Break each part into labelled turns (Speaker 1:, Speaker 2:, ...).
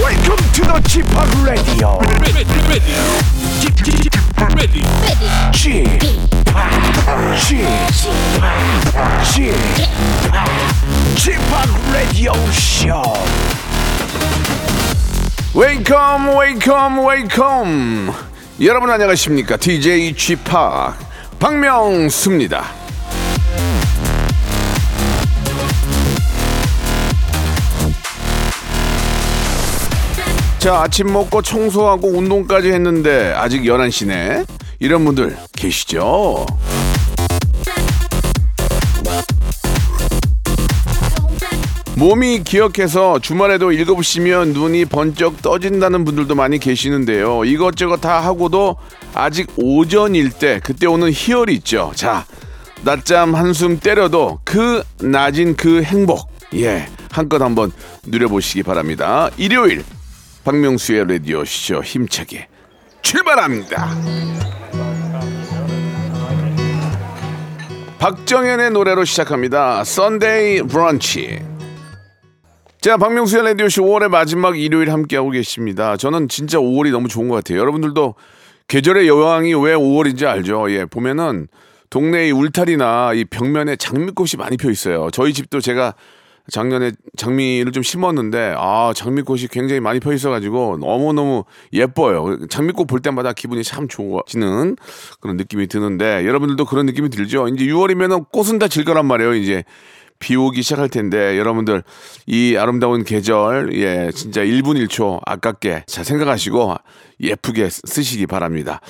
Speaker 1: Welcome to the g p o p Radio.
Speaker 2: ready, ready, ready, ready.
Speaker 1: g p o p g p o p g p o p Radio Show. Welcome, welcome, welcome. 여러분 안녕하십니까? DJ g p o p 박명수입니다. 자, 아침 먹고 청소하고 운동까지 했는데 아직 11시네. 이런 분들 계시죠? 몸이 기억해서 주말에도 읽어보시면 눈이 번쩍 떠진다는 분들도 많이 계시는데요. 이것저것 다 하고도 아직 오전일 때 그때 오는 희열이 있죠. 자, 낮잠 한숨 때려도 그 낮인 그 행복. 예, 한껏 한번 누려보시기 바랍니다. 일요일 박명수의 라디오 쇼 힘차게 출발합니다. 박정현의 노래로 시작합니다. 썬데이 브런치. 자, 박명수의 라디오 쇼 5월의 마지막 일요일 함께하고 계십니다. 저는 진짜 5월이 너무 좋은 것 같아요. 여러분들도 계절의 여왕이 왜 5월인지 알죠? 예, 보면은 동네의 울타리나 이 벽면에 장미꽃이 많이 펴 있어요. 저희 집도 제가 작년에 장미를 좀 심었는데 아 장미꽃이 굉장히 많이 펴 있어가지고 너무너무 예뻐요. 장미꽃 볼 때마다 기분이 참 좋아지는 그런 느낌이 드는데 여러분들도 그런 느낌이 들죠. 이제 6월이면은 꽃은 다 질 거란 말이에요. 이제 비 오기 시작할 텐데 여러분들 이 아름다운 계절 예 진짜 1분 1초 아깝게 잘 생각하시고 예쁘게 쓰- 쓰시기 바랍니다.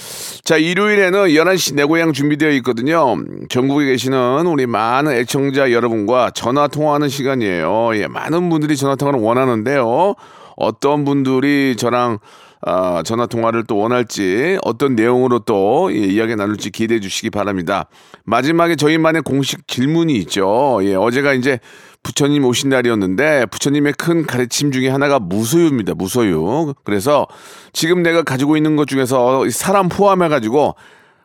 Speaker 1: 자 일요일에는 11시 내 고향 준비되어 있거든요. 전국에 계시는 우리 많은 애청자 여러분과 전화 통화하는 시간이에요. 예 많은 분들이 전화 통화를 원하는데요. 어떤 분들이 저랑 아, 전화 통화를 또 원할지 어떤 내용으로 또 예, 이야기 나눌지 기대해 주시기 바랍니다. 마지막에 저희만의 공식 질문이 있죠. 예, 어제가 이제 부처님 오신 날이었는데 부처님의 큰 가르침 중에 하나가 무소유입니다. 무소유. 그래서 지금 내가 가지고 있는 것 중에서 사람 포함해 가지고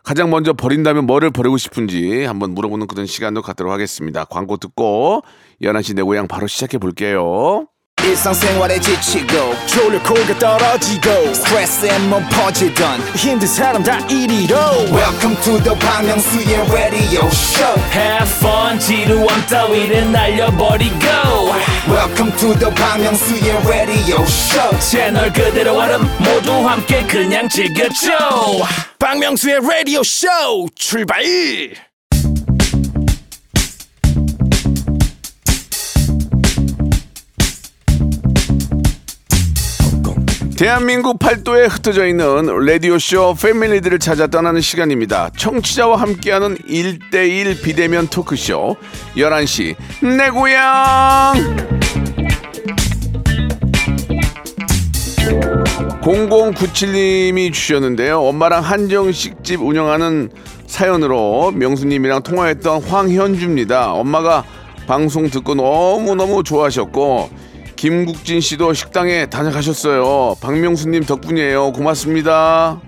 Speaker 1: 가장 먼저 버린다면 뭐를 버리고 싶은지 한번 물어보는 그런 시간도 갖도록 하겠습니다. 광고 듣고 11시 내 고향 바로 시작해 볼게요.
Speaker 3: 일상생활에 지치고, 졸려 코가 떨어지고, 스트레스에 몸 퍼지던, 힘든 사람 다 이리로. welcome to the Bang Myung-soo's radio show
Speaker 4: Have fun 지루함 따위를 날려버리고
Speaker 3: welcome to the Bang Myung-soo's radio show
Speaker 4: 채널 그대로 얼음 모두 함께 그냥 즐겨줘
Speaker 3: 박명수의 radio show 출발
Speaker 1: 대한민국 팔도에 흩어져 있는 라디오쇼 패밀리들을 찾아 떠나는 시간입니다. 청취자와 함께하는 1대1 비대면 토크쇼 11시 내 고향 0097님이 주셨는데요. 엄마랑 한정식집 운영하는 사연으로 명수님이랑 통화했던 황현주입니다. 엄마가 방송 듣고 너무너무 좋아하셨고 김국진 씨도 식당에 다녀가셨어요. 박명수님 덕분이에요. 고맙습니다.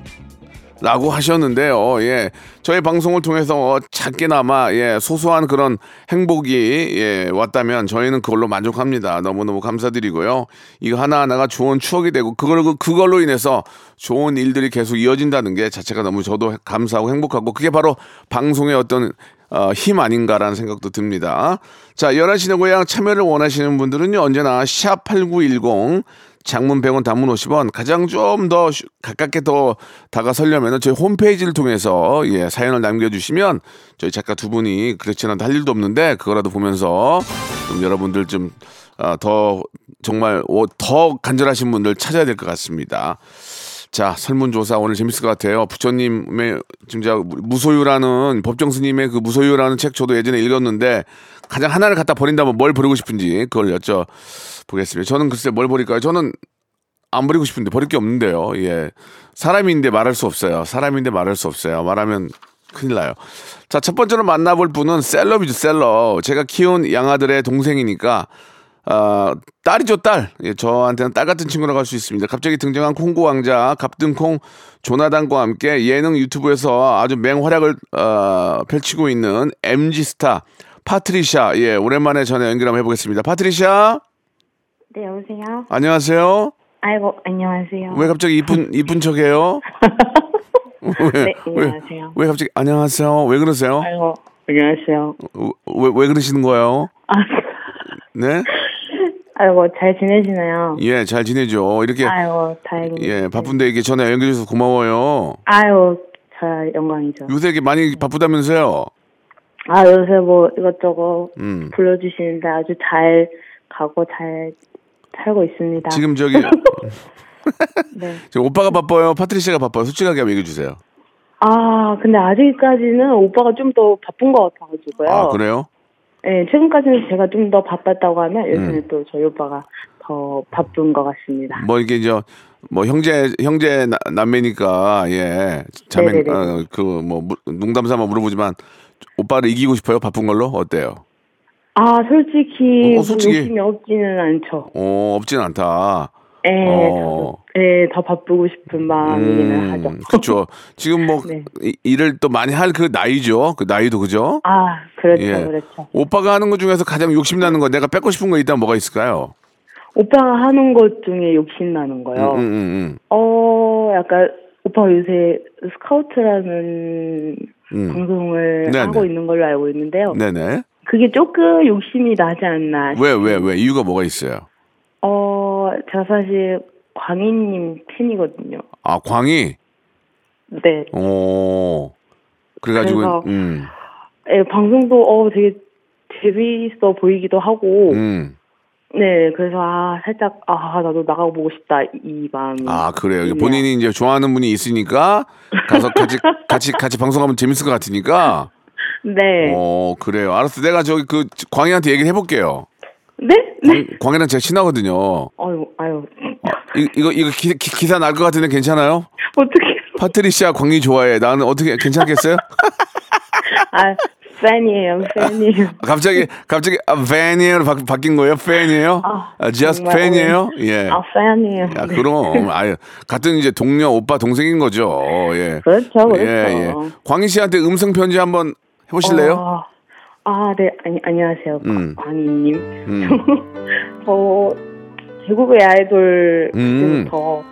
Speaker 1: 라고 하셨는데요. 예. 저희 방송을 통해서 어, 작게나마 예, 소소한 그런 행복이 예, 왔다면 저희는 그걸로 만족합니다. 너무너무 감사드리고요. 이거 하나하나가 좋은 추억이 되고 그걸 그- 그걸로 인해서 좋은 일들이 계속 이어진다는 게 자체가 너무 저도 감사하고 행복하고 그게 바로 방송의 어떤 어, 힘 아닌가라는 생각도 듭니다. 자, 11시 내 고향 참여를 원하시는 분들은요, 언제나 샵8910 장문 100원 단문 50원 가장 좀 더 가깝게 더 다가서려면 저희 홈페이지를 통해서 예, 사연을 남겨주시면 저희 작가 두 분이 그렇지 않아도 할 일도 없는데 그거라도 보면서 좀 여러분들 좀 아, 더 정말 어, 더 간절하신 분들 찾아야 될 것 같습니다. 자, 설문조사 오늘 재밌을 것 같아요. 부처님의 진짜 무소유라는 법정 스님의 그 무소유라는 책 저도 예전에 읽었는데 가장 하나를 갖다 버린다면 뭘 버리고 싶은지 그걸 여쭤 보겠습니다. 저는 글쎄 뭘 버릴까요? 저는 안 버리고 싶은데 버릴 게 없는데요. 예. 사람인데 말할 수 없어요. 사람인데 말할 수 없어요. 말하면 큰일 나요. 자, 첫 번째로 만나볼 분은 셀럽이죠, 셀럽. 제가 키운 양아들의 동생이니까 아, 딸이죠, 딸. 예, 저한테는 딸 같은 친구라고 할 수 있습니다. 갑자기 등장한 콩고 왕자, 갑등콩 조나단과 함께 예능 유튜브에서 아주 맹활약을 어, 펼치고 있는 MG 스타 파트리샤. 예, 오랜만에 전에 연결 한번 해보겠습니다. 파트리샤,
Speaker 5: 네, 여보세요?
Speaker 1: 안녕하세요.
Speaker 5: 아이고 안녕하세요.
Speaker 1: 왜 갑자기 이쁜 이쁜 척해요? 왜,
Speaker 5: 네,
Speaker 1: 왜-
Speaker 5: 안녕하세요.
Speaker 1: 왜, 갑자기 안녕하세요? 왜 그러세요?
Speaker 5: 아이고 안녕하세요.
Speaker 1: 왜, 왜 그러시는 거예요?
Speaker 5: 아,
Speaker 1: 네?
Speaker 5: 아이고 잘 지내시나요?
Speaker 1: 예, 잘 지내죠. 이렇게
Speaker 5: 아이고 다행이네요.
Speaker 1: 예, 바쁜데 이렇게 전화 연결해 줘서 고마워요.
Speaker 5: 아이고 잘 영광이죠.
Speaker 1: 요새 이렇게 많이 바쁘다면서요?
Speaker 5: 아 요새 뭐 이것저것
Speaker 1: 음.
Speaker 5: 불러주시는데 아주 잘 가고 잘 살고 있습니다.
Speaker 1: 지금 저기
Speaker 5: 아. 네.
Speaker 1: 지금 오빠가 바빠요. 파트리시아가 바빠요. 솔직하게 한번 얘기해 주세요.
Speaker 5: 아 근데 아직까지는 오빠가 좀 더 바쁜 것 같아가지고요.
Speaker 1: 아, 그래요?
Speaker 5: 네, 최근까지는 제가 좀 더 바빴다고 하면
Speaker 1: 음.
Speaker 5: 요즘에 또 저희 오빠가 더 바쁜 것 같습니다.
Speaker 1: 뭐 이게 이제 뭐 형제 형제 나- 남매니까 예 자매
Speaker 5: 네네네.
Speaker 1: 그뭐 농담삼아 물어보지만 오빠를 이기고 싶어요 바쁜 걸로 어때요?
Speaker 5: 아 솔직히,
Speaker 1: 어, 솔직히.
Speaker 5: 욕심이 없지는 않죠.
Speaker 1: 어 없진 않다.
Speaker 5: 예,
Speaker 1: 어.
Speaker 5: 더, 예, 더 바쁘고 싶은 마음이기는 하죠.
Speaker 1: 그렇죠. 지금 뭐
Speaker 5: 네.
Speaker 1: 이- 일을 또 많이 할 그 나이죠. 그 나이도 그죠?
Speaker 5: 아 그렇죠,
Speaker 1: 예.
Speaker 5: 그렇죠.
Speaker 1: 오빠가 하는 것 중에서 가장 욕심 나는 거 내가 뺏고 싶은 거 있다면 뭐가 있을까요?
Speaker 5: 오빠가 하는 것 중에 욕심 나는 거요.
Speaker 1: 음, 음,
Speaker 5: 어, 약간 오빠가 요새 스카우트라는
Speaker 1: 음. 음.
Speaker 5: 방송을
Speaker 1: 네네.
Speaker 5: 하고 있는 걸로 알고 있는데요.
Speaker 1: 음. 네네.
Speaker 5: 그게 조금 욕심이 나지 않나.
Speaker 1: 왜 왜 왜 이유가 뭐가 있어요?
Speaker 5: 어, 제가 사실 광희님 팬이거든요.
Speaker 1: 아 광희.
Speaker 5: 네.
Speaker 1: 오. 그래가지고
Speaker 5: 그래서-
Speaker 1: 음.
Speaker 5: 예, 방송도 어 되게 재미있어 보이기도 하고.
Speaker 1: 음.
Speaker 5: 네, 그래서 아 살짝 아 나도 나가보고 싶다 이 마음이.
Speaker 1: 아 그래요. 이게
Speaker 5: 있네요.
Speaker 1: 본인이 이제 좋아하는 분이 있으니까 가서 같이 같이 같이 방송하면 재밌을 것 같으니까.
Speaker 5: 네.
Speaker 1: 어 그래요. 알았어. 내가 저기 그 광희한테 얘기를 해볼게요.
Speaker 5: 네? 네.
Speaker 1: 광, 광희랑 제가 친하거든요.
Speaker 5: 아유 아유
Speaker 1: 이, 이거 이거 기, 사 날 것 같은데 괜찮아요?
Speaker 5: 어떻게?
Speaker 1: 파트리시아 광희 좋아해. 나는 어떻게 괜찮겠어요?
Speaker 5: 아 팬이에요 팬이에요.
Speaker 1: 갑자기 갑자기 아, 팬이에요 바, 바뀐 거예요? 팬이에요?
Speaker 5: 아,
Speaker 1: 아, just
Speaker 5: 정말
Speaker 1: 팬이에요? 예.
Speaker 5: 아 팬이에요.
Speaker 1: 야, 그럼 아유 같은 이제 동료 오빠 동생인 거죠. 예.
Speaker 5: 그렇죠 그렇죠.
Speaker 1: 예, 예. 광희 씨한테 음성 편지 한번 해보실래요?
Speaker 5: 어, 아, 네, 아니, 안녕하세요.
Speaker 1: 음.
Speaker 5: 광희님.
Speaker 1: 음.
Speaker 5: 저, 제국의 아이돌
Speaker 1: 음.
Speaker 5: 그때부터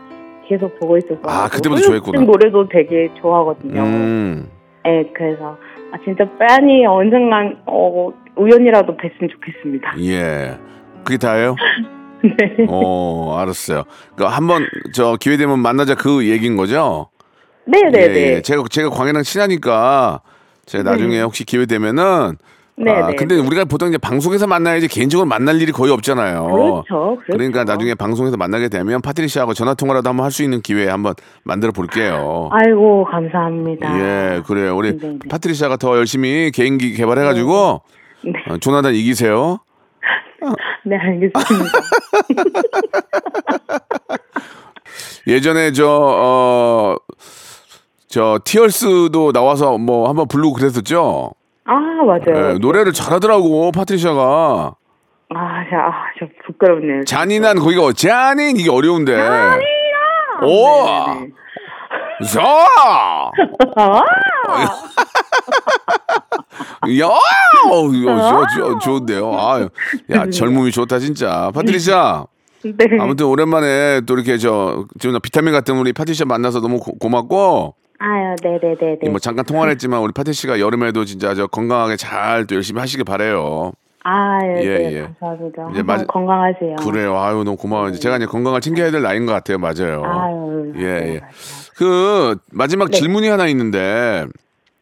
Speaker 5: 계속 보고 있었어요.
Speaker 1: 아, 그때부터
Speaker 5: 소유진
Speaker 1: 좋아했구나.
Speaker 5: 노래도 되게 좋아하거든요.
Speaker 1: 음.
Speaker 5: 예, 그래서, 아, 진짜 빤이 언젠간, 어, 우연이라도 뵀으면 좋겠습니다.
Speaker 1: 예. 그게 다예요?
Speaker 5: 네.
Speaker 1: 어, 알았어요. 그 한번 저 기회 되면 만나자 그 얘기인 거죠?
Speaker 5: 네네네.
Speaker 1: 예, 예. 제가 제가 광희랑 친하니까 제가 나중에 혹시 기회 되면은
Speaker 5: 네,
Speaker 1: 아,
Speaker 5: 네,
Speaker 1: 근데
Speaker 5: 네.
Speaker 1: 우리가 보통 이제 방송에서 만나야지 개인적으로 만날 일이 거의 없잖아요.
Speaker 5: 그렇죠, 그렇죠.
Speaker 1: 러니까 어, 나중에 방송에서 만나게 되면 파트리시아하고 전화 통화라도 한번 할 수 있는 기회 한번 만들어 볼게요.
Speaker 5: 아이고, 감사합니다.
Speaker 1: 예, 그래요. 우리
Speaker 5: 네, 네.
Speaker 1: 파트리샤가 더 열심히 개인기 개발해가지고 어, 조나단 이기세요.
Speaker 5: 네, 알겠습니다.
Speaker 1: 예전에 저 어. 저 티얼스도 나와서 뭐 한번 부르고 그랬었죠.
Speaker 5: 아, 맞아요.
Speaker 1: 예, 노래를 잘하더라고 파트리샤가
Speaker 5: 아, 저, 아, 저 부끄럽네요.
Speaker 1: 잔인한 거기가 어- 잔인 이게 어려운데. 잔인한. 예. 오.
Speaker 5: 네네네.
Speaker 1: 자.
Speaker 5: 아!
Speaker 1: 야, 어, 저, 저, 좋은데요. 아, 야, 젊음이 좋다 진짜. 파트리샤.
Speaker 5: 네.
Speaker 1: 아무튼 오랜만에 또 이렇게 저 지금 비타민 같은 우리 파티샤 만나서 너무 고, 맙고
Speaker 5: 아유, 네네네네.
Speaker 1: 뭐 잠깐 통화를 했지만 우리 파티씨가 여름에도 진짜 저 건강하게 잘 또 열심히 하시길 바래요.
Speaker 5: 아유,
Speaker 1: 예,
Speaker 5: 네,
Speaker 1: 예.
Speaker 5: 감사합니다.
Speaker 1: 이제 맞-
Speaker 5: 항상 건강하세요.
Speaker 1: 그래요. 아유 너무 고마워요. 제가 이제 건강을 챙겨야 될 나이인 것 같아요. 맞아요.
Speaker 5: 아유, 네,
Speaker 1: 예,
Speaker 5: 맞아요,
Speaker 1: 예.
Speaker 5: 맞아요. 네.
Speaker 1: 그 마지막 질문이 하나 있는데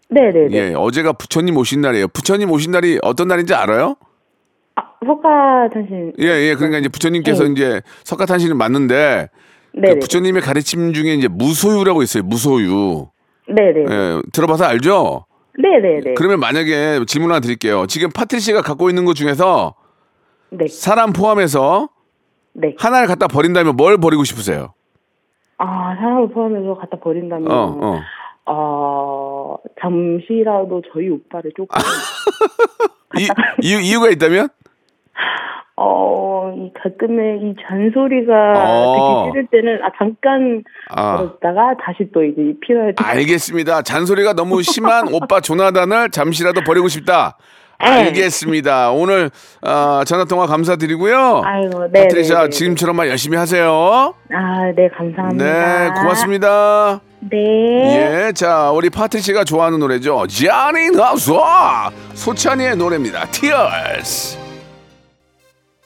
Speaker 5: 네네네.
Speaker 1: 예, 어제가 부처님 오신 날이에요. 부처님 오신 날이 어떤 날인지 알아요?
Speaker 5: 아, 석화 탄신.
Speaker 1: 예, 예. 그러니까 이제 부처님께서
Speaker 5: 예.
Speaker 1: 이제 석가탄신을 맞는데 그
Speaker 5: 네네.
Speaker 1: 부처님의 가르침 중에 이제 무소유라고 있어요. 무소유.
Speaker 5: 네네.
Speaker 1: 예, 들어봐서 알죠?
Speaker 5: 네네네.
Speaker 1: 그러면 만약에 질문 하나 드릴게요. 지금 파트 씨가 갖고 있는 것 중에서
Speaker 5: 네.
Speaker 1: 사람 포함해서
Speaker 5: 네.
Speaker 1: 하나를 갖다 버린다면 뭘 버리고 싶으세요?
Speaker 5: 아, 사람을 포함해서 갖다 버린다면,
Speaker 1: 어, 어.
Speaker 5: 음. 어, 잠시라도 저희 오빠를
Speaker 1: 아.
Speaker 5: 조금,
Speaker 1: 이, 이유, 이유가 있다면?
Speaker 5: 어, 이 가끔의 이 잔소리가
Speaker 1: 어.
Speaker 5: 되게 싫을 때는, 아, 잠깐
Speaker 1: 아,
Speaker 5: 걸었다가 다시 또 이제 필요할 때.
Speaker 1: 알겠습니다. 잔소리가 너무 심한 오빠 조나단을 잠시라도 버리고 싶다.
Speaker 5: 네.
Speaker 1: 알겠습니다. 오늘 아, 전화 통화 감사드리고요.
Speaker 5: 아이고, 네,
Speaker 1: 파트리샤
Speaker 5: 네, 네, 네.
Speaker 1: 지금처럼만 열심히 하세요.
Speaker 5: 아, 네, 감사합니다.
Speaker 1: 네, 고맙습니다.
Speaker 5: 네.
Speaker 1: 예, 자 우리 파트리샤가 좋아하는 노래죠. 지안이 나소 소찬이의 노래입니다. Tears.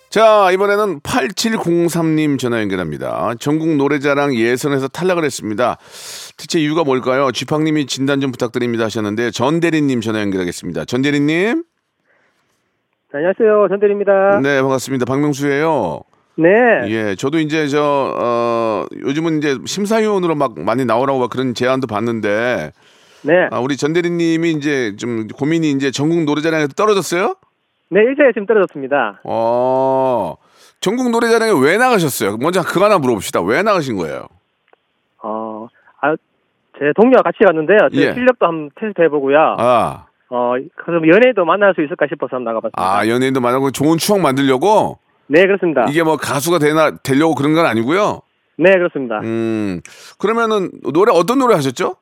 Speaker 1: 자 이번에는 8703님 전화 연결합니다. 전국 노래자랑 예선에서 탈락을 했습니다. 대체 이유가 뭘까요? 쥐팡님이 진단 좀 부탁드립니다 하셨는데 전 대리님 전화 연결하겠습니다. 전 대리님,
Speaker 6: 안녕하세요. 전대리입니다.
Speaker 1: 네 반갑습니다. 박명수예요.
Speaker 6: 어? 네.
Speaker 1: 예, 저도 이제 저 어, 요즘은 이제 심사위원으로 막 많이 나오라고 막 그런 제안도 받는데
Speaker 6: 네.
Speaker 1: 아, 우리 전 대리님이 이제 좀 고민이 이제 전국 노래자랑에서 떨어졌어요?
Speaker 6: 네, 1차에 지금 떨어졌습니다.
Speaker 1: 어, 전국 노래자랑에 왜 나가셨어요? 먼저 그거 하나 물어봅시다. 왜 나가신 거예요?
Speaker 6: 어, 아, 제 동료와 같이 갔는데요. 제
Speaker 1: 예.
Speaker 6: 실력도 한번 테스트 해보고요.
Speaker 1: 아,
Speaker 6: 어, 그럼 연예인도 만날 수 있을까 싶어서 한번 나가봤습니다.
Speaker 1: 아, 연예인도 만나고 좋은 추억 만들려고
Speaker 6: 네, 그렇습니다.
Speaker 1: 이게 뭐 가수가 되나, 되려고 그런 건 아니고요.
Speaker 6: 네, 그렇습니다.
Speaker 1: 음, 그러면은 노래 어떤 노래 하셨죠?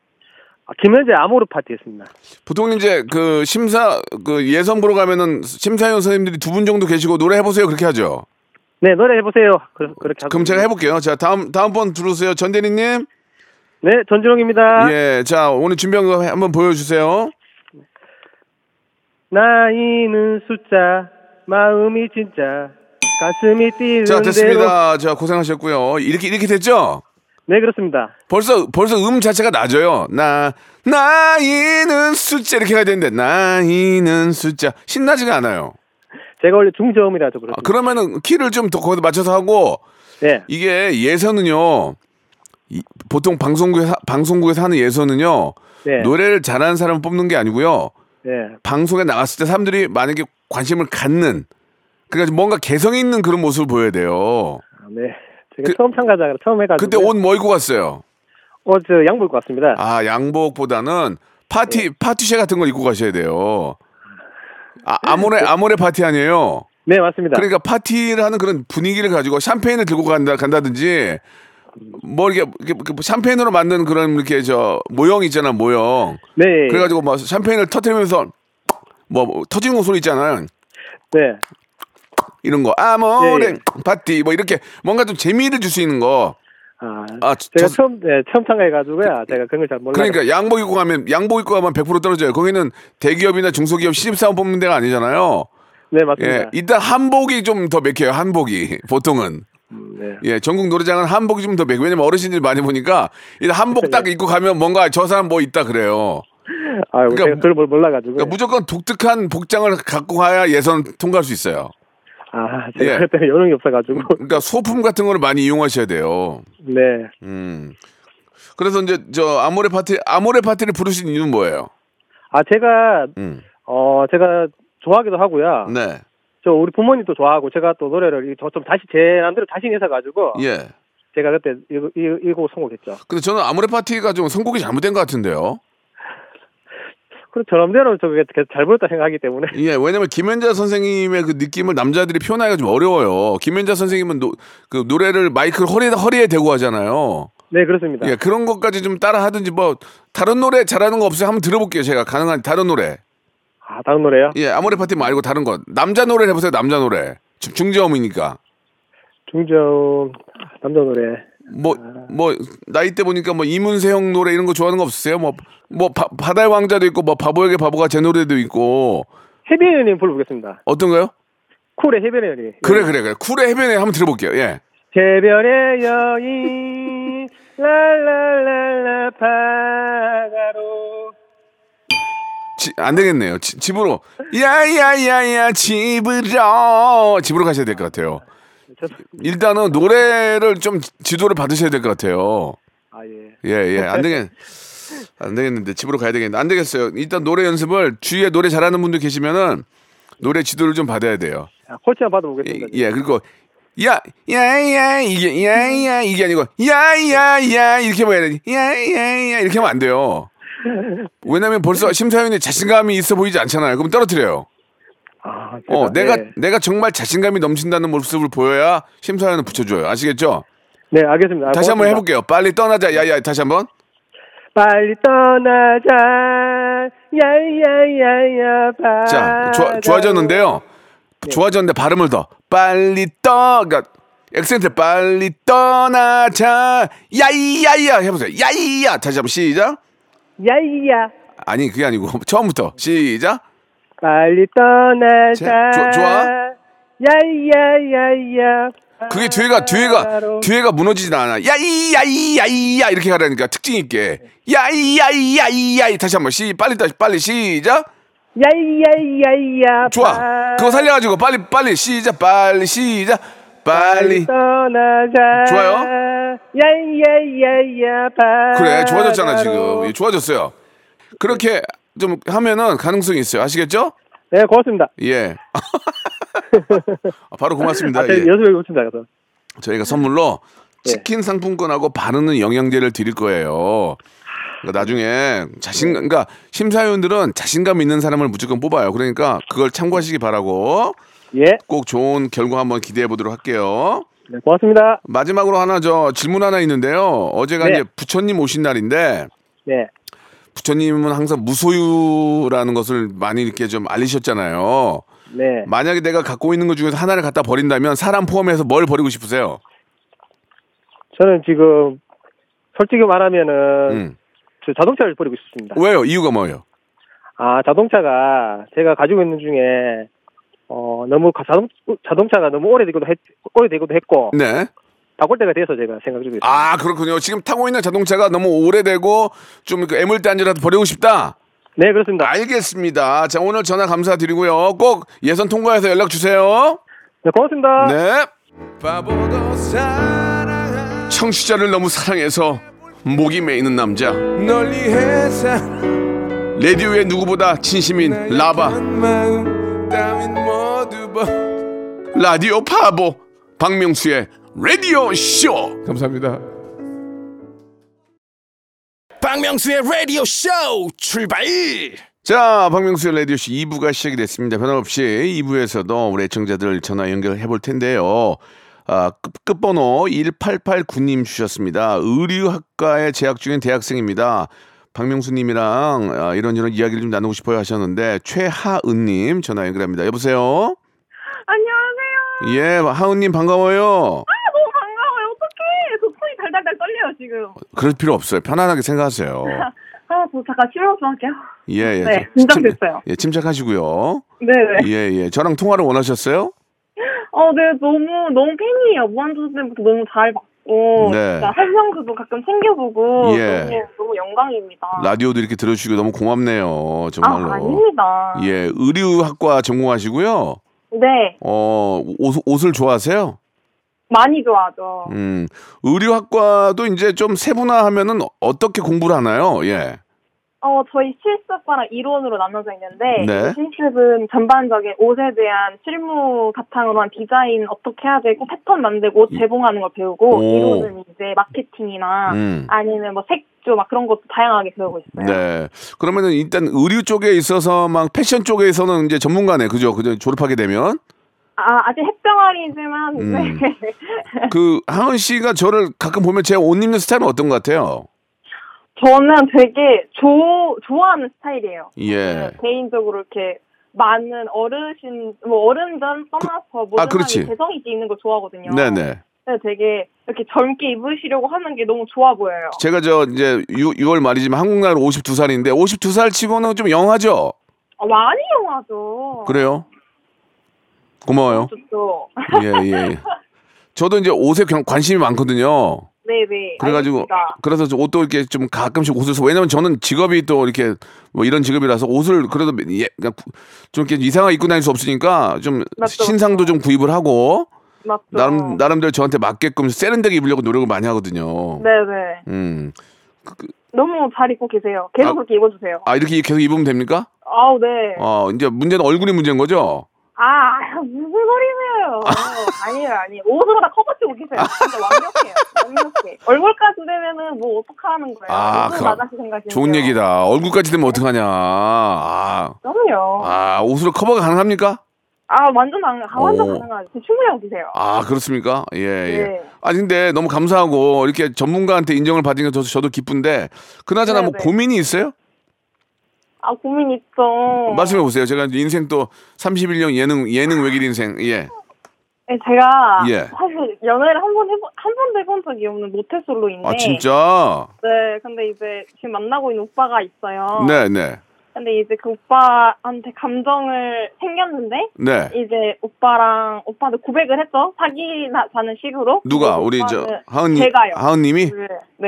Speaker 6: 아, 김현재 아모르 파티였습니다.
Speaker 1: 보통 이제 그 심사, 그 예선 보러 가면은 심사위원 선생님들이 두 분 정도 계시고 노래 해보세요. 그렇게 하죠.
Speaker 6: 네, 노래 해보세요. 그, 그렇게 하고.
Speaker 1: 아, 그럼 제가 해볼게요. 자, 다음, 다음번 들어오세요. 전 대리님.
Speaker 6: 네, 전주롱입니다.
Speaker 1: 예, 자, 오늘 준비한 거 한번 보여주세요.
Speaker 6: 나이는 숫자, 마음이 진짜, 가슴이 뛰는
Speaker 1: 자
Speaker 6: 대로.
Speaker 1: 됐습니다. 자 고생하셨고요. 이렇게 이렇게 됐죠?
Speaker 6: 네, 그렇습니다.
Speaker 1: 벌써 벌써 음 자체가 낮아요. 나 나이는 숫자 이렇게 가야 되는데 나이는 숫자 신나지가 않아요.
Speaker 6: 제가 원래 중저음이라서
Speaker 1: 아,
Speaker 6: 그렇습니다.
Speaker 1: 그러면은 키를 좀 더 거기서 맞춰서 하고
Speaker 6: 네.
Speaker 1: 이게 예선은요. 이- 보통 방송국에 방송국에서 하는 예선은요.
Speaker 6: 네.
Speaker 1: 노래를 잘하는 사람을 뽑는 게 아니고요.
Speaker 6: 네.
Speaker 1: 방송에 나갔을 때 사람들이 만약에 관심을 갖는 그러니까 뭔가 개성 있는 그런 모습을 보여야 돼요.
Speaker 6: 아, 네. 제가
Speaker 1: 그-
Speaker 6: 처음 참가자 처음 해가지고
Speaker 1: 그때 옷 뭐 입고 갔어요?
Speaker 6: 어저 양복 같습니다.
Speaker 1: 아 양복보다는 파티 파티쉐 같은 걸 입고 가셔야 돼요. 아, 아모레 아모레 파티 아니에요.
Speaker 6: 네 맞습니다.
Speaker 1: 그러니까 파티를 하는 그런 분위기를 가지고 샴페인을 들고 간다 간다든지 뭐 이렇게, 이렇게 샴페인으로 만든 그런 이렇게 저 모형 있잖아 모형.
Speaker 6: 네.
Speaker 1: 그래가지고 막 샴페인을 터트리면서 뭐, 뭐 터지는 거 소리 있잖아요.
Speaker 6: 네.
Speaker 1: 이런 거 아모레
Speaker 6: 예,
Speaker 1: 파티 뭐 이렇게 뭔가 좀 재미를 줄 수 있는 거.
Speaker 6: 아,
Speaker 1: 아, 저-
Speaker 6: 제가 처음 네, 처음 참가해가지고요. 제가 그런 걸 잘 몰라.
Speaker 1: 그러니까 양복 입고 가면 양복 입고 가면 100% 떨어져요. 거기는 대기업이나 중소기업 신입사원 뽑는 데가 아니잖아요.
Speaker 6: 네
Speaker 1: 예,
Speaker 6: 맞습니다.
Speaker 1: 일단 한복이 좀 더 맥혀요. 한복이 보통은
Speaker 6: 네.
Speaker 1: 예, 전국 노래장은 한복이 좀 더 맥. 왜냐면 어르신들이 많이 보니까 일단
Speaker 6: 그렇죠.
Speaker 1: 한복 딱 입고 가면 뭔가 저 사람 뭐 있다 그래요.
Speaker 6: 아유
Speaker 1: 그러니까-
Speaker 6: 제가 그걸 뭘 몰라가지고.
Speaker 1: 그러니까 무조건 독특한 복장을 갖고 가야 예선 통과할 수 있어요.
Speaker 6: 아
Speaker 1: 예.
Speaker 6: 제가 그때 여론이 없어가지고.
Speaker 1: 그러니까 소품 같은 거를 많이 이용하셔야 돼요.
Speaker 6: 네.
Speaker 1: 음. 그래서 이제 저 아모레 파티 아모레 파티를 부르신 이유는 뭐예요?
Speaker 6: 아 제가
Speaker 1: 음.
Speaker 6: 어 제가 좋아하기도 하고요.
Speaker 1: 네.
Speaker 6: 저 우리 부모님도 좋아하고 제가 또 노래를 저좀 다시 제 남대로 자신 있어가지고
Speaker 1: 예.
Speaker 6: 제가 그때 이곡 이, 이 곡을 선곡했죠.
Speaker 1: 근데 저는 아모레 파티가 좀 선곡이 잘못된 것 같은데요.
Speaker 6: 그럼 저남대로 저게 잘 부르다 생각하기 때문에.
Speaker 1: 예, 왜냐면 김현자 선생님의 그 느낌을 남자들이 표현하기가 좀 어려워요. 김현자 선생님은 노, 그 노래를 마이크를 허리에 허리에 대고 하잖아요.
Speaker 6: 네 그렇습니다.
Speaker 1: 예, 그런 것까지 좀 따라 하든지 뭐 다른 노래 잘하는 거 없어요? 한번 들어볼게요. 제가 가능한 다른 노래.
Speaker 6: 아 다음 노래요?
Speaker 1: 예, 아모레 파티 말고 다른 거. 남자 노래 해보세요. 남자 노래. 중- 중저음이니까.
Speaker 6: 중저음 남자 노래.
Speaker 1: 뭐, 뭐, 나이 때 보니까 뭐, 이문세 형 노래 이런 거 좋아하는 거 없으세요? 뭐, 뭐, 바, 바다의 왕자도 있고, 뭐, 바보에게 바보가 제 노래도 있고,
Speaker 6: 해변의 연인 불러보겠습니다.
Speaker 1: 어떤가요?
Speaker 6: 쿨의 해변의 연인.
Speaker 1: 그래, 그래, 그래. 쿨의 해변에 한번 들어볼게요. 예.
Speaker 6: 해변의 여인, 랄랄랄라 바다로.
Speaker 1: 지- 안 되겠네요. 지- 집으로. 야야야야 집으로 집으로 가셔야 될 것 같아요.
Speaker 6: 저,
Speaker 1: 일단은 노래를 좀 지- 지도를 받으셔야 될 것 같아요.
Speaker 6: 아, 예.
Speaker 1: 예, 예. 안 되겠 안 되겠는데 집으로 가야 되겠는데 안 되겠어요. 일단 노래 연습을 주위에 노래 잘하는 분들 계시면은 노래 지도를 좀 받아야 돼요.
Speaker 6: 아, 코치 한번
Speaker 1: 예,
Speaker 6: 받아보겠습니다.
Speaker 1: 예, 그리고 야, 야야 이게 야야 이게 아니고 야야야 이렇게 해야 되지. 야야야 이렇게 하면 안 돼요. 왜냐면
Speaker 6: 네.
Speaker 1: 벌써 심사위원이 자신감이 있어 보이지 않잖아요. 그럼 떨어뜨려요.
Speaker 6: 아, 제가,
Speaker 1: 어, 내가
Speaker 6: 네.
Speaker 1: 내가 정말 자신감이 넘친다는 모습을 보여야 심사위원은 붙여줘요. 아시겠죠?
Speaker 6: 네, 알겠습니다. 아,
Speaker 1: 다시 한번
Speaker 6: 고맙습니다.
Speaker 1: 해볼게요. 빨리 떠나자. 야야 다시 한번.
Speaker 6: 빨리 떠나자. 야야야야 바.
Speaker 1: 자, 좋아, 네. 좋아졌는데요. 좋아졌는데 발음을 더 빨리 떠, 그러니까 액센트 빨리 떠나자. 야이야이야 해보세요. 야이야 다시 한번 시작.
Speaker 6: 야야
Speaker 1: 아니 그게 아니고 처음부터 시작.
Speaker 6: 빨리
Speaker 1: 자,
Speaker 6: 떠나자.
Speaker 1: 좋- 좋아?
Speaker 6: 야야야야.
Speaker 1: 그게 뒤에가 뒤에가
Speaker 6: 바로.
Speaker 1: 뒤에가 무너지진 않아. 야이야이야이야 이렇게 하라니까 특징 있게. 야이야이야이야 다시 한번 시 빨리 다시 빨리 시작.
Speaker 6: 야야야야.
Speaker 1: 좋아. 그거 살려가지고 빨리 빨리 시작 빨리 시작 빨리.
Speaker 6: 떠나자.
Speaker 1: 좋아요?
Speaker 6: 야야야야 바.
Speaker 1: 그래 좋아졌잖아 지금 예, 좋아졌어요 그렇게 좀 하면은 가능성이 있어요 아시겠죠
Speaker 6: 네 고맙습니다.
Speaker 1: 예 아, 바로 고맙습니다
Speaker 6: 아, 제
Speaker 1: 예.
Speaker 6: 연습해 고칩니다. 그래서.
Speaker 1: 저희가 선물로
Speaker 6: 예.
Speaker 1: 치킨 상품권하고 바르는 영양제를 드릴 거예요 그러니까 나중에
Speaker 6: 예.
Speaker 1: 자신감 그러니까 심사위원들은 자신감 있는 사람을 무조건 뽑아요 그러니까 그걸 참고하시기 바라고
Speaker 6: 예.
Speaker 1: 꼭 좋은 결과 한번 기대해 보도록 할게요
Speaker 6: 네, 고맙습니다.
Speaker 1: 마지막으로 하나 저 질문 하나 있는데요 어제가
Speaker 6: 네.
Speaker 1: 이제 부처님 오신 날인데
Speaker 6: 네.
Speaker 1: 부처님은 항상 무소유라는 것을 많이 이렇게 좀 알리셨잖아요.
Speaker 6: 네.
Speaker 1: 만약에 내가 갖고 있는 것 중에서 하나를 갖다 버린다면 사람 포함해서 뭘 버리고 싶으세요?
Speaker 6: 저는 지금 솔직히 말하면은
Speaker 1: 음.
Speaker 6: 저 자동차를 버리고 싶습니다.
Speaker 1: 왜요? 이유가 뭐예요?
Speaker 6: 아 자동차가 제가 가지고 있는 중에 어 너무 가- 자동 자동차가 너무 오래되기도 했 오래되기도 했고
Speaker 1: 네.
Speaker 6: 바꿀 때가 돼서 제가 생각 중에 있습니다.
Speaker 1: 아 그렇군요. 지금 타고 있는 자동차가 너무 오래되고 좀 그 애물단지라도 버리고 싶다.
Speaker 6: 네
Speaker 1: 아.
Speaker 6: 그렇습니다.
Speaker 1: 알겠습니다. 자 오늘 전화 감사드리고요. 꼭 예선 통과해서 연락 주세요.
Speaker 6: 네, 고맙습니다.
Speaker 1: 네. 청취자를 너무 사랑해서 목이 메이는 남자. 레디오의 누구보다 진심인 라바. 라디오 파보 박명수의 라디오 쇼. 감사합니다.
Speaker 4: 박명수의 라디오 쇼 출발
Speaker 1: 자, 박명수의 라디오 쇼 2부가 시작이 됐습니다. 변함없이 2부에서도 우리 애청자들 전화 연결해 볼 텐데요. 아, 끝, 끝번호 1889님 주셨습니다. 의류학과에 재학 중인 대학생입니다. 박명수님이랑 아, 이런저런 이야기를 좀 나누고 싶어요 하셨는데 최하은님 전화 연결합니다. 여보세요.
Speaker 7: 안녕하세요.
Speaker 1: 예, 하은님 반가워요.
Speaker 7: 아, 너무 반가워요. 어떡해. 저 손이 달달달 떨려요, 지금.
Speaker 1: 그럴 필요 없어요. 편안하게 생각하세요.
Speaker 7: 아, 저 잠깐 쉬면서 할게요.
Speaker 1: 예, 예.
Speaker 7: 네,
Speaker 1: 저-
Speaker 7: 긴장됐어요.
Speaker 1: 침, 예, 침착하시고요.
Speaker 7: 네네.
Speaker 1: 예, 예. 저랑 통화를 원하셨어요?
Speaker 7: 어, 네, 너무, 너무 팬이에요. 무한도전 때부터 너무 잘 봤고.
Speaker 1: 네.
Speaker 7: 진짜 설명서도 가끔 챙겨보고.
Speaker 1: 예.
Speaker 7: 너무, 너무 영광입니다.
Speaker 1: 라디오도 이렇게 들어주시고 너무 고맙네요.
Speaker 7: 아,
Speaker 1: 정말로.
Speaker 7: 아닙니다.
Speaker 1: 예, 의류학과 전공하시고요.
Speaker 7: 네,
Speaker 1: 어, 옷, 옷을 좋아하세요?
Speaker 7: 많이 좋아하죠.
Speaker 1: 음, 의류학과도 이제 좀 세분화하면은 어떻게 공부를 하나요? 예.
Speaker 7: 어, 저희 실습과랑 이론으로 나눠져 있는데, 그
Speaker 1: 네.
Speaker 7: 실습은 전반적인 옷에 대한 실무 바탕으로 한 디자인 어떻게 해야 되고, 패턴 만들고, 옷 제공하는 걸 배우고,
Speaker 1: 오.
Speaker 7: 이론은 이제 마케팅이나
Speaker 1: 음.
Speaker 7: 아니면 뭐 색조 막 그런 것도 다양하게 배우고 있어요.
Speaker 1: 네. 그러면은 일단 의류 쪽에 있어서 막 패션 쪽에서는 이제 전문가네. 그죠? 그죠? 졸업하게 되면.
Speaker 7: 아, 아직 햇병아리지만 네.
Speaker 1: 음.
Speaker 7: 이제
Speaker 1: 그 하은 씨가 저를 가끔 보면 제 옷 입는 스타일은 어떤 것 같아요?
Speaker 7: 저는 되게 조, 좋아하는 스타일이에요. 네,
Speaker 1: 예.
Speaker 7: 개인적으로 이렇게 많은 어르신, 뭐 어른전 떠나서 모든
Speaker 1: 아, 그렇지.
Speaker 7: 사람이 개성 있게 입는 거 좋아하거든요.
Speaker 1: 네네.
Speaker 7: 그래서 되게 이렇게 젊게 입으시려고 하는 게 너무 좋아 보여요.
Speaker 1: 제가 저 이제 6, 월 말이지만 한국 나이로 52살인데 52살 치고는 좀 영하죠?
Speaker 7: 아, 많이 용하죠.
Speaker 1: 어. 그래요? 고마워요.
Speaker 7: 좋죠.
Speaker 1: 예, 예, 예. 저도 이제 옷에 그냥 관심이 많거든요.
Speaker 7: 네네.
Speaker 1: 그래가지고
Speaker 7: 알겠습니다.
Speaker 1: 그래서 저 옷도 이렇게 좀 가끔씩 옷을 사. 왜냐면 저는 직업이 또 이렇게 뭐 이런 직업이라서 옷을 그래도 예, 그냥 구- 좀 이렇게 이상하게 입고 다닐 수 없으니까 좀
Speaker 7: 맞죠, 그렇죠.
Speaker 1: 신상도 좀 구입을 하고
Speaker 7: 맞죠.
Speaker 1: 나름 나름대로 저한테 맞게끔 세련되게 입으려고 노력을 많이 하거든요.
Speaker 7: 네네.
Speaker 1: 음.
Speaker 7: 너무 잘 입고 계세요. 계속
Speaker 1: 아.
Speaker 7: 그렇게 입어주세요.
Speaker 1: 아 이렇게 계속 입으면 됩니까?
Speaker 7: 아우 네.
Speaker 1: 어 이제 문제는 얼굴이 문제인 거죠.
Speaker 7: 아, 아, 무슨 소리세요? 아니에요, 아니에요. 옷으로 다 커버치고 계세요. 진짜 완벽해요. 완벽해. 얼굴까지 되면은 뭐 어떡하는 거예요?
Speaker 1: 아,
Speaker 7: 옷으로
Speaker 1: 그-
Speaker 7: 나가시 생각이요
Speaker 1: 좋은 얘기다. 얼굴까지 되면 어떡하냐. 아,
Speaker 7: 그럼요. 아,
Speaker 1: 아 옷으로 커버가 가능합니까?
Speaker 7: 완전 안, 아, 완전
Speaker 1: 오.
Speaker 7: 가능하죠. 충분히 하고 계세요.
Speaker 1: 아 그렇습니까? 예 예.
Speaker 7: 네.
Speaker 1: 아니 근데 너무 감사하고 이렇게 전문가한테 인정을 받은 게 저도, 저도 기쁜데 그나저나 뭐
Speaker 7: 네, 네.
Speaker 1: 고민이 있어요?
Speaker 7: 아 고민 있죠.
Speaker 1: 말씀해 보세요. 제가 이제 인생 또 31년 예능 예능 외길 인생. 예.
Speaker 7: 네, 제가
Speaker 1: 예.
Speaker 7: 사실 연애를 한 번 해본 한 번도 해본 적이 없는 모태솔로인데.
Speaker 1: 아 진짜.
Speaker 7: 네, 근데 이제 지금 만나고 있는 오빠가 있어요.
Speaker 1: 네, 네,
Speaker 7: 근데 이제 그 오빠한테 감정을 생겼는데
Speaker 1: 네.
Speaker 7: 이제 오빠랑 오빠한테 고백을 했죠. 사귀자는 식으로.
Speaker 1: 누가
Speaker 7: 그래서
Speaker 1: 우리
Speaker 7: 오빠는-
Speaker 1: 저 하은님,
Speaker 7: 뭐, 아, 네. 제가요.
Speaker 1: 하은님이
Speaker 7: 네,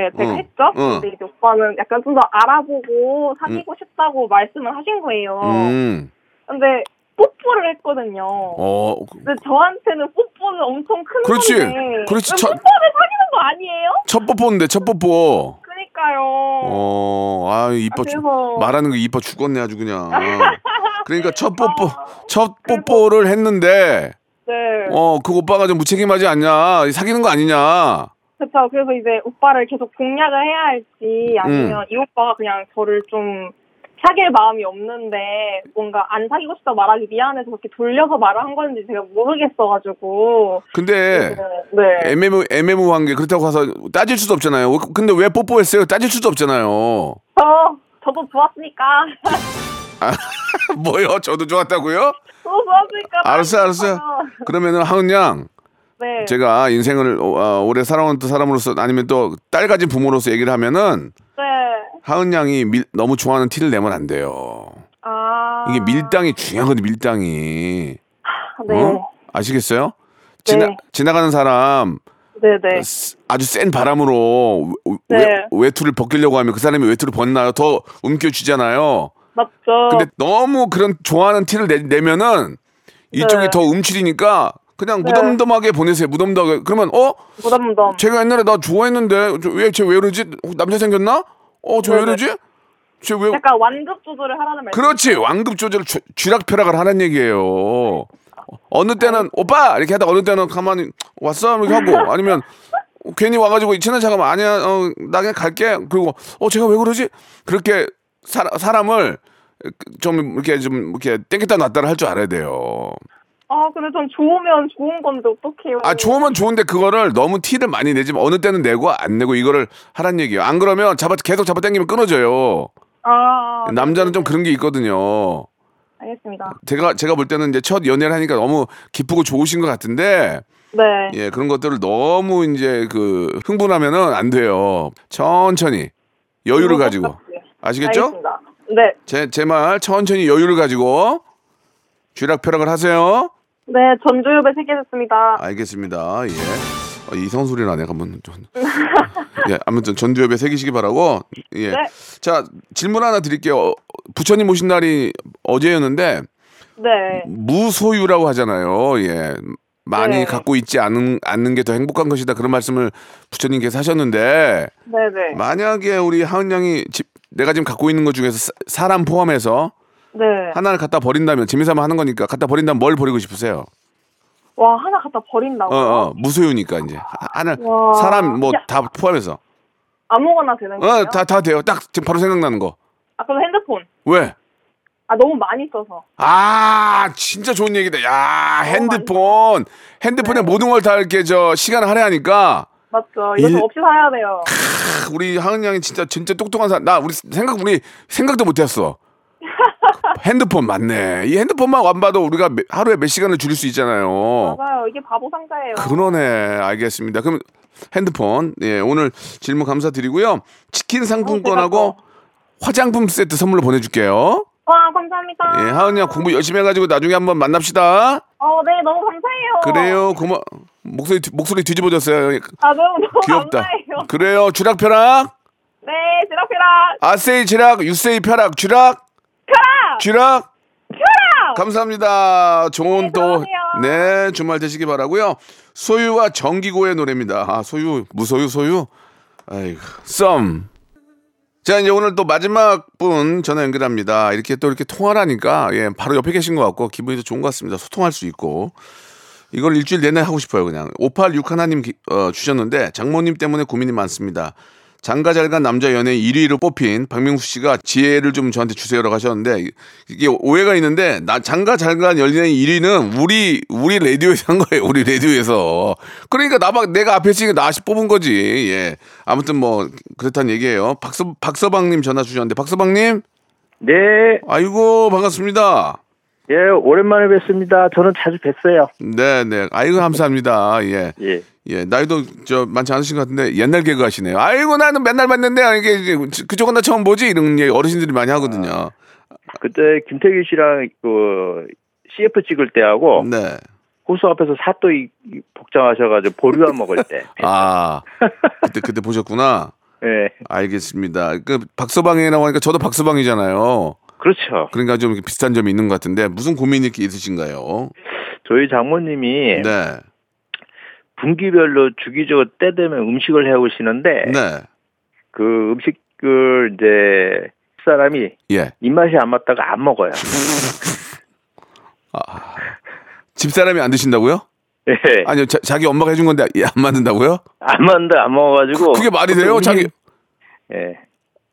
Speaker 7: 네, 제가
Speaker 1: 응,
Speaker 7: 했죠.
Speaker 1: 응.
Speaker 7: 근데 이제 오빠는 약간 좀 더 알아보고 사귀고 싶다고 말씀을 하신 거예요.
Speaker 1: 음,
Speaker 7: 근데 뽀뽀를 했거든요.
Speaker 1: 어,
Speaker 7: 근데 저한테는 뽀뽀는 엄청 큰
Speaker 1: 그렇지.
Speaker 7: 건데
Speaker 1: 그렇지.
Speaker 7: 왜
Speaker 1: 첫-
Speaker 7: 뽀뽀를 사귀는 거 아니에요?
Speaker 1: 첫 뽀뽀인데 첫 뽀뽀.
Speaker 7: 그러니까요.
Speaker 1: 어, 아 이뻐
Speaker 7: 네. 아,
Speaker 1: 죽.
Speaker 7: 그래서-
Speaker 1: 말하는 거 이뻐 죽겠네 아주 그냥. 그러니까 첫 뽀뽀,
Speaker 7: 아,
Speaker 1: 첫 뽀뽀를 했는데,
Speaker 7: 네.
Speaker 1: 어, 그 오빠가 좀 무책임하지 않냐, 사귀는 거 아니냐.
Speaker 7: 그렇죠. 그래서 이제 오빠를 계속 공략을 해야 할지
Speaker 1: 음.
Speaker 7: 아니면 이 오빠가 그냥 저를 좀 사귈 마음이 없는데 뭔가 안 사귀고 싶다 말하기 미안해서 그렇게 돌려서 말을 한 건지 제가 모르겠어가지고
Speaker 1: 근데
Speaker 7: 네.
Speaker 1: 애매모 애매모호한 게 그렇다고 해서 따질 수도 없잖아요. 근데 왜 뽀뽀했어요? 따질 수도 없잖아요.
Speaker 7: 저 저도 좋았으니까
Speaker 1: 뭐요? 저도 좋았다고요?
Speaker 7: 저도 좋았으니까
Speaker 1: 알았어요, 알았어요. 그러면은 하은 양,
Speaker 7: 네.
Speaker 1: 제가 인생을 어, 아, 오래 살아온 또 사람으로서 아니면 또 딸 가진 부모로서 얘기를 하면은
Speaker 7: 네.
Speaker 1: 하은 양이 밀- 너무 좋아하는 티를 내면 안 돼요.
Speaker 7: 아
Speaker 1: 이게 밀당이 중요하거든, 밀당이.
Speaker 7: 네.
Speaker 1: 어? 아시겠어요? 지나
Speaker 7: 네.
Speaker 1: 지나가는 사람
Speaker 7: 네네.
Speaker 1: 쓰- 아주 센 바람으로 외,
Speaker 7: 네.
Speaker 1: 투를 벗기려고 하면 그 사람이 외투를 벗나요? 더 움켜쥐잖아요.
Speaker 7: 맞죠.
Speaker 1: 근데 너무 그런 좋아하는 티를 내, 내면은 이쪽이
Speaker 7: 네.
Speaker 1: 더 움츠리니까 그냥
Speaker 7: 네.
Speaker 1: 무덤덤하게 보내세요. 무덤덤하게. 그러면 어?
Speaker 7: 무덤덤.
Speaker 1: 제가 옛날에 나 좋아했는데 저 왜, 쟤 왜 이러지? 어, 남자 생겼나? 어, 쟤 왜
Speaker 7: 네, 네.
Speaker 1: 이러지? 쟤 왜?
Speaker 7: 약간 완급 조절을 하라는 말씀.
Speaker 1: 그렇지. 완급 조절 쥐- 쥐락펴락을 하라는 얘기예요. 어느 때는 오빠 이렇게 하다 가 어느 때는 가만히 왔어 이렇게 하고 아니면 괜히 와가지고 이 친한 잠깐만 아니야 어, 나 그냥 갈게 그리고 어 제가 왜 그러지 그렇게 사, 사람을 좀 이렇게 좀 이렇게 땡겼다 놨다를 할 줄 알아야 돼요.
Speaker 7: 아 근데 전 좋으면 좋은 건데 어떡해요.
Speaker 1: 아 좋으면 좋은데 그거를 너무 티를 많이 내지만 어느 때는 내고 안 내고 이거를 하란 얘기예요. 안 그러면 잡아 계속 잡아 당기면 끊어져요.
Speaker 7: 아,
Speaker 1: 남자는 좀 그런 게 있거든요.
Speaker 7: 알겠습니다.
Speaker 1: 제가 제가 볼 때는 이제 첫 연애를 하니까 너무 기쁘고 좋으신 것 같은데
Speaker 7: 네.
Speaker 1: 예 그런 것들을 너무 이제 그 흥분하면은 안 돼요 천천히 여유를 가지고 아시겠죠
Speaker 7: 음, 네. 알겠습니다. 네.
Speaker 1: 제 제 말 천천히 여유를 가지고 쥐락펴락을 하세요
Speaker 7: 네, 전조엽에 새겨졌습니다.
Speaker 1: 알겠습니다 예 어, 이성 소리 나네 한번 좀. 예 아무튼 전두엽에 새기시기 바라고
Speaker 7: 네.
Speaker 1: 예자 질문 하나 드릴게요 어, 부처님 오신 날이 어제였는데
Speaker 7: 네.
Speaker 1: 음. 무소유라고 하잖아요. 예. 많이
Speaker 7: 네.
Speaker 1: 갖고 있지 않은, 않는 게 더 행복한 것이다. 그런 말씀을 부처님께서 하셨는데,
Speaker 7: 네네.
Speaker 1: 만약에 우리 하은 양이 집, 내가 지금 갖고 있는 것 중에서 사- 사람 포함해서
Speaker 7: 네.
Speaker 1: 하나를 갖다 버린다면, 재미삼아 하는 거니까 갖다 버린다면 뭘 버리고 싶으세요?
Speaker 7: 와, 하나 갖다 버린다고.
Speaker 1: 어, 어, 무소유니까 이제. 하- 하나,
Speaker 7: 와.
Speaker 1: 사람 뭐
Speaker 7: 야.
Speaker 1: 다 포함해서.
Speaker 7: 아무거나 되는 거예요?
Speaker 1: 어, 다, 다 돼요. 딱 지금 바로 생각나는 거.
Speaker 7: 아, 그럼 핸드폰.
Speaker 1: 왜?
Speaker 7: 아, 너무 많이 써서.
Speaker 1: 아, 진짜 좋은 얘기다.
Speaker 7: 어,
Speaker 1: 야, 핸드폰.
Speaker 7: 네.
Speaker 1: 핸드폰에 모든 걸 다 이렇게 저 시간을 할애하니까
Speaker 7: 맞죠. 이거
Speaker 1: 일-
Speaker 7: 저 없이 살아야 돼요.
Speaker 1: 우리 하은 양이 진짜 진짜 똑똑한 사람. 나 우리 생각 우리 생각도 못했어. 핸드폰 맞네. 이 핸드폰만 안 봐도 우리가 매- 하루에 몇 시간을 줄일 수 있잖아요.
Speaker 7: 맞아요. 이게 바보 상자예요.
Speaker 1: 어. 그러네. 알겠습니다. 그럼 핸드폰 예 오늘 질문 감사드리고요. 치킨 상품권하고 화장품 세트 선물로 보내줄게요.
Speaker 7: 와, 감사합니다.
Speaker 1: 예, 하은 양 공부 열심히 해가지고 나중에 한번 만납시다.
Speaker 7: 어, 네, 너무 감사해요.
Speaker 1: 그래요. 고마 목소리 뒤- 목소리 뒤집어졌어요.
Speaker 7: 아, 너무 너무
Speaker 1: 귀엽다.
Speaker 7: 감사해요.
Speaker 1: 그래요. 주락펴락.
Speaker 7: 네, 지라피라.
Speaker 1: 아세이 지락, 유세이 펴락, 주락,
Speaker 7: 펴라!
Speaker 1: 주락.
Speaker 7: 펴라!
Speaker 1: 감사합니다. 좋은
Speaker 7: 네,
Speaker 1: 또,
Speaker 7: 들어가세요.
Speaker 1: 네, 주말 되시기 바라고요 소유와 정기고의 노래입니다. 아, 소유, 무소유, 소유. 아이고, 썸. 자, 이제 오늘 또 마지막 분 전화 연결합니다. 이렇게 또 이렇게 통화를 하니까, 예, 바로 옆에 계신 것 같고, 기분이 더 좋은 것 같습니다. 소통할 수 있고. 이걸 일주일 내내 하고 싶어요, 그냥. 586 하나님 기- 어, 주셨는데, 장모님 때문에 고민이 많습니다. 장가 잘간 남자 연예 1위로 뽑힌 박명수 씨가 지혜를 좀 저한테 주세요라고 하셨는데, 이- 이게 오해가 있는데, 나, 장가 잘간 연예 1위는 우리, 우리 라디오에서 한 거예요, 우리 라디오에서. 그러니까 나밖, 내가 앞에 있으니까 나시 뽑은 거지. 예. 아무튼 뭐, 그렇다는 얘기예요. 박서, 박서방님 전화 주셨는데, 박서방님?
Speaker 8: 네,
Speaker 1: 아이고 반갑습니다.
Speaker 8: 예, 오랜만에 뵙습니다. 저는 자주 뵀어요.
Speaker 1: 네네. 아이고 감사합니다. 예.
Speaker 8: 예.
Speaker 1: 예, 나이도 저 많지 않으신 것 같은데 옛날 개그 하시네요. 아이고 나는 맨날 봤는데 아, 이게 이제 그쪽은 나 처음 보지 이런 얘기 어르신들이 많이 하거든요.
Speaker 8: 그때 김태균 씨랑 그 CF 찍을 때하고
Speaker 1: 네.
Speaker 8: 호수 앞에서 사또 이- 이 복장하셔가지고 보류한 먹을 때.
Speaker 1: 아 그때 그때 보셨구나.
Speaker 8: 예,
Speaker 1: 알겠습니다. 그 박서방이라고 하니까 저도 박서방이잖아요.
Speaker 8: 그렇죠.
Speaker 1: 그러니까 좀 이렇게 비슷한 점이 있는 것 같은데 무슨 고민이 이렇게 있으신가요?
Speaker 8: 저희 장모님이
Speaker 1: 네.
Speaker 8: 분기별로 주기적으로 때 되면 음식을 해오시는데
Speaker 1: 네.
Speaker 8: 그 음식을 이제 사람이
Speaker 1: 예.
Speaker 8: 입맛이 안 맞다가 안 먹어요.
Speaker 1: 집사람이 안 드신다고요?
Speaker 8: 예,
Speaker 1: 네. 아니요. 자, 기 엄마가 해준 건데 예, 안 맞는다고요?
Speaker 8: 안 맞는데 안 먹어가지고. 음.
Speaker 1: 그게 말이 돼요? 자기
Speaker 8: 예,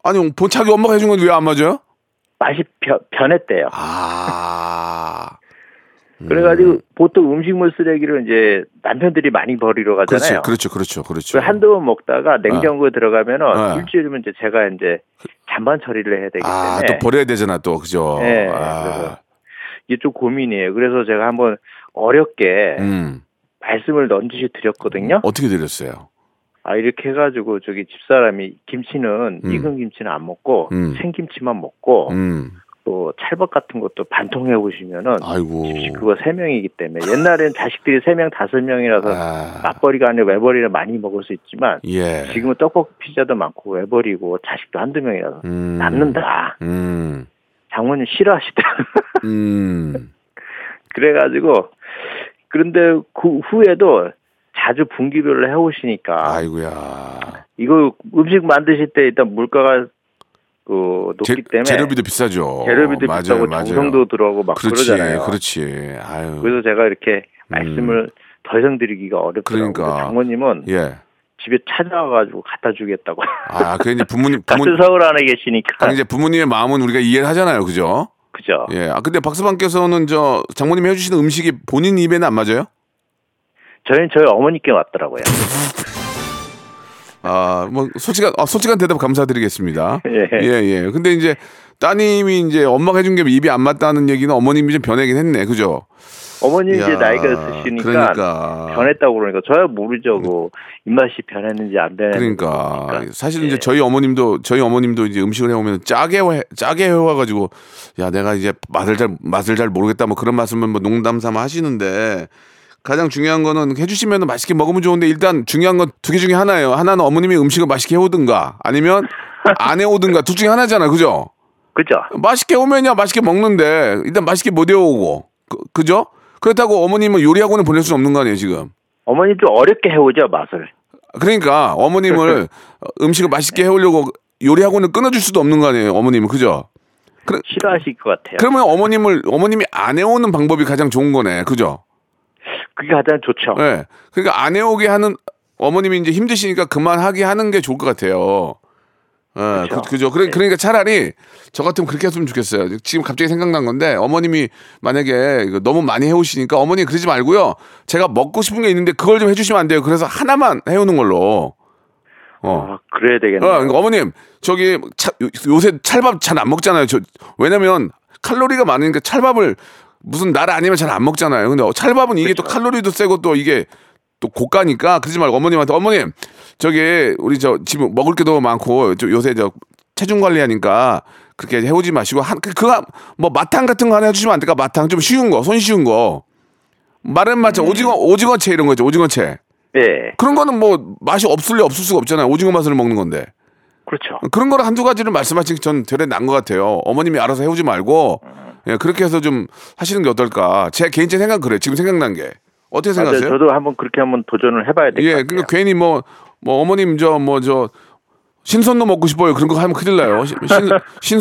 Speaker 1: 아니, 보- 자기 엄마가 해준 건데 왜 안 맞아요?
Speaker 8: 맛이 변, 변했대요.
Speaker 1: 아.
Speaker 8: 그래가지고 보통 음식물 쓰레기를 이제 남편들이 많이 버리러 가잖아요.
Speaker 1: 그렇죠. 그렇죠. 그렇죠.
Speaker 8: 그
Speaker 1: 그렇죠.
Speaker 8: 한두 번 먹다가 냉장고에 들어가면은
Speaker 1: 네.
Speaker 8: 일주일이면 이제 제가 이제 잔반 처리를 해야 되기
Speaker 1: 아,
Speaker 8: 때문에
Speaker 1: 또 뭐- 버려야 되잖아, 또. 그죠?
Speaker 8: 네,
Speaker 1: 아.
Speaker 8: 그래서. 이게 좀 고민이에요. 그래서 제가 한번 어렵게
Speaker 1: 음.
Speaker 8: 말씀을 넌지시 드렸거든요.
Speaker 1: 어떻게 드렸어요?
Speaker 8: 아 이렇게 해가지고 저기 집사람이 김치는
Speaker 1: 음.
Speaker 8: 익은 김치는 안 먹고
Speaker 1: 음.
Speaker 8: 생김치만 먹고
Speaker 1: 음.
Speaker 8: 또 찰밥 같은 것도 반통해 보시면은
Speaker 1: 아이고.
Speaker 8: 집식 그거 세 명이기 때문에 옛날엔 자식들이 세 명 다섯 명이라서
Speaker 1: 아.
Speaker 8: 맞벌이가 아니라 외벌이를 많이 먹을 수 있지만
Speaker 1: 예.
Speaker 8: 지금은 떡볶이 피자도 많고 외벌이고 자식도 한두 명이라서
Speaker 1: 음.
Speaker 8: 남는다.
Speaker 1: 음.
Speaker 8: 장모님 싫어하시더라고요.
Speaker 1: 음.
Speaker 8: 그래가지고 그런데 그 후에도 자주 분기별로
Speaker 1: 아.
Speaker 8: 해오시니까
Speaker 1: 아이고야.
Speaker 8: 이거 음식 만드실 때 일단 물가가 그
Speaker 1: 제,
Speaker 8: 높기 때문에
Speaker 1: 재료비도 비싸죠.
Speaker 8: 재료비도
Speaker 1: 맞아요,
Speaker 8: 비싸고
Speaker 1: 맞아요.
Speaker 8: 정성도 들어가고 막
Speaker 1: 그렇지, 그렇죠.
Speaker 8: 러잖아요
Speaker 1: 그렇지. 아유.
Speaker 8: 그래서 제가 이렇게 말씀을 더 이상 드리기가 어렵더라고요.
Speaker 1: 그러니까.
Speaker 8: 장모님은
Speaker 1: 예.
Speaker 8: 집에 찾아와가지고 갖다 주겠다고.
Speaker 1: 아, 그 이제 부모님
Speaker 8: 같은
Speaker 1: 부모
Speaker 8: 서울 안에 계시니까.
Speaker 1: 아, 이제 부모님의 마음은 우리가 이해를 하잖아요, 그죠?
Speaker 8: 그죠.
Speaker 1: 예. 아 근데 박스방께서는 저 장모님이 해주시는 음식이 본인 입에는 안 맞아요?
Speaker 8: 저희는 저희 어머니께 왔더라고요.
Speaker 1: 아, 뭐 솔직한 아, 솔직한 대답 감사드리겠습니다.
Speaker 8: 예.
Speaker 1: 예, 예. 근데 이제 따님이 이제 엄마가 해준 게 입이 안 맞다는 얘기는 어머님이 좀 변하긴 했네, 그죠?
Speaker 8: 어머니 이제
Speaker 1: 이야,
Speaker 8: 나이가 있으시니까
Speaker 1: 그러니까.
Speaker 8: 변했다고 그러니까 저야 모르죠. 그 입맛이 변했는지 안 변했는지.
Speaker 1: 그러니까
Speaker 8: 그러니까.
Speaker 1: 사실 이제 저희 어머님도 저희 어머님도 이제 음식을 해오면 짜게 해, 짜게 해와가지고 야 내가 이제 맛을 잘 맛을 잘 모르겠다 뭐 그런 말씀은 뭐 농담 삼아 하시는데 가장 중요한 거는 해주시면 맛있게 먹으면 좋은데 일단 중요한 건 두 개 중에 하나예요 하나는 어머님이 음식을 맛있게 해오든가 아니면 안 해오든가 둘 중에 하나잖아 그죠
Speaker 8: 그죠.
Speaker 1: 맛있게 해오면야 맛있게 먹는데 일단 맛있게 못 해오고 그, 그죠 그렇다고 어머님은 요리학원에 보낼 수 없는 거 아니에요 지금
Speaker 8: 어머니 좀 어렵게 해오죠 맛을.
Speaker 1: 그러니까 어머님을 어, 음식을 맛있게 해오려고 요리학원을 끊어줄 수도 없는 거 아니에요, 어머님은 그죠?
Speaker 8: 싫어하실 것 같아요.
Speaker 1: 그러면 어머님을 어머님이 안 해오는 방법이 가장 좋은 거네, 그죠?
Speaker 8: 그게 가장 좋죠.
Speaker 1: 예. 그러니까 안 해오게 하는 어머님이 이제 힘드시니까 그만하게 하는 게 좋을 것 같아요. 예, 그,
Speaker 8: 그쵸.
Speaker 1: 그죠. 그러, 그러니까 차라리 저 같으면 그렇게 했으면 좋겠어요. 지금 갑자기 생각난 건데 어머님이 만약에 이거 너무 많이 해오시니까 어머니 그러지 말고요. 제가 먹고 싶은 게 있는데 그걸 좀 해주시면 안 돼요. 그래서 하나만 해오는 걸로. 어.
Speaker 8: 아, 그래야 되겠네요.
Speaker 1: 어, 그러니까 어머님, 저기 차- 요- 요새 찰밥 잘 안 먹잖아요. 저 왜냐면 칼로리가 많으니까 찰밥을 무슨 날 아니면 잘 안 먹잖아요. 근데 어, 찰밥은 이게 또 칼로리도 세고 또 이게 또 고가니까 그러지 말고 어머님한테 어머님 저기 우리 저 지금 먹을 게 너무 많고 저 요새 저 체중 관리하니까 그렇게 해오지 마시고 한 그- 그거 뭐 마탕 같은 거 하나 해주시면 안 될까? 마탕 좀 쉬운 거, 손 쉬운 거. 마른 마찬 오징어 오징어채 이런 거 있죠 오징어채
Speaker 8: 예,
Speaker 1: 그런 거는 뭐 맛이 없을 리 없을 수가 없잖아요 오징어 맛을 먹는 건데
Speaker 8: 그렇죠.
Speaker 1: 그런 거를 한두 가지를 말씀하신 전 되레 난것 같아요. 어머님이 알아서 해오지 말고
Speaker 8: 음.
Speaker 1: 예, 그렇게 해서 좀 하시는 게 어떨까. 제 개인적인 생각 그래요. 지금 생각난 게 어떻게
Speaker 8: 맞아요.
Speaker 1: 생각하세요?
Speaker 8: 저도 한번 그렇게 한번 도전을 해봐야 될 것
Speaker 1: 예,
Speaker 8: 같아요.
Speaker 1: 그러니까 괜히 뭐 뭐 어머님 저 뭐 저 신선도 먹고 싶어요. 그런 거 하면 큰일 나요. 신,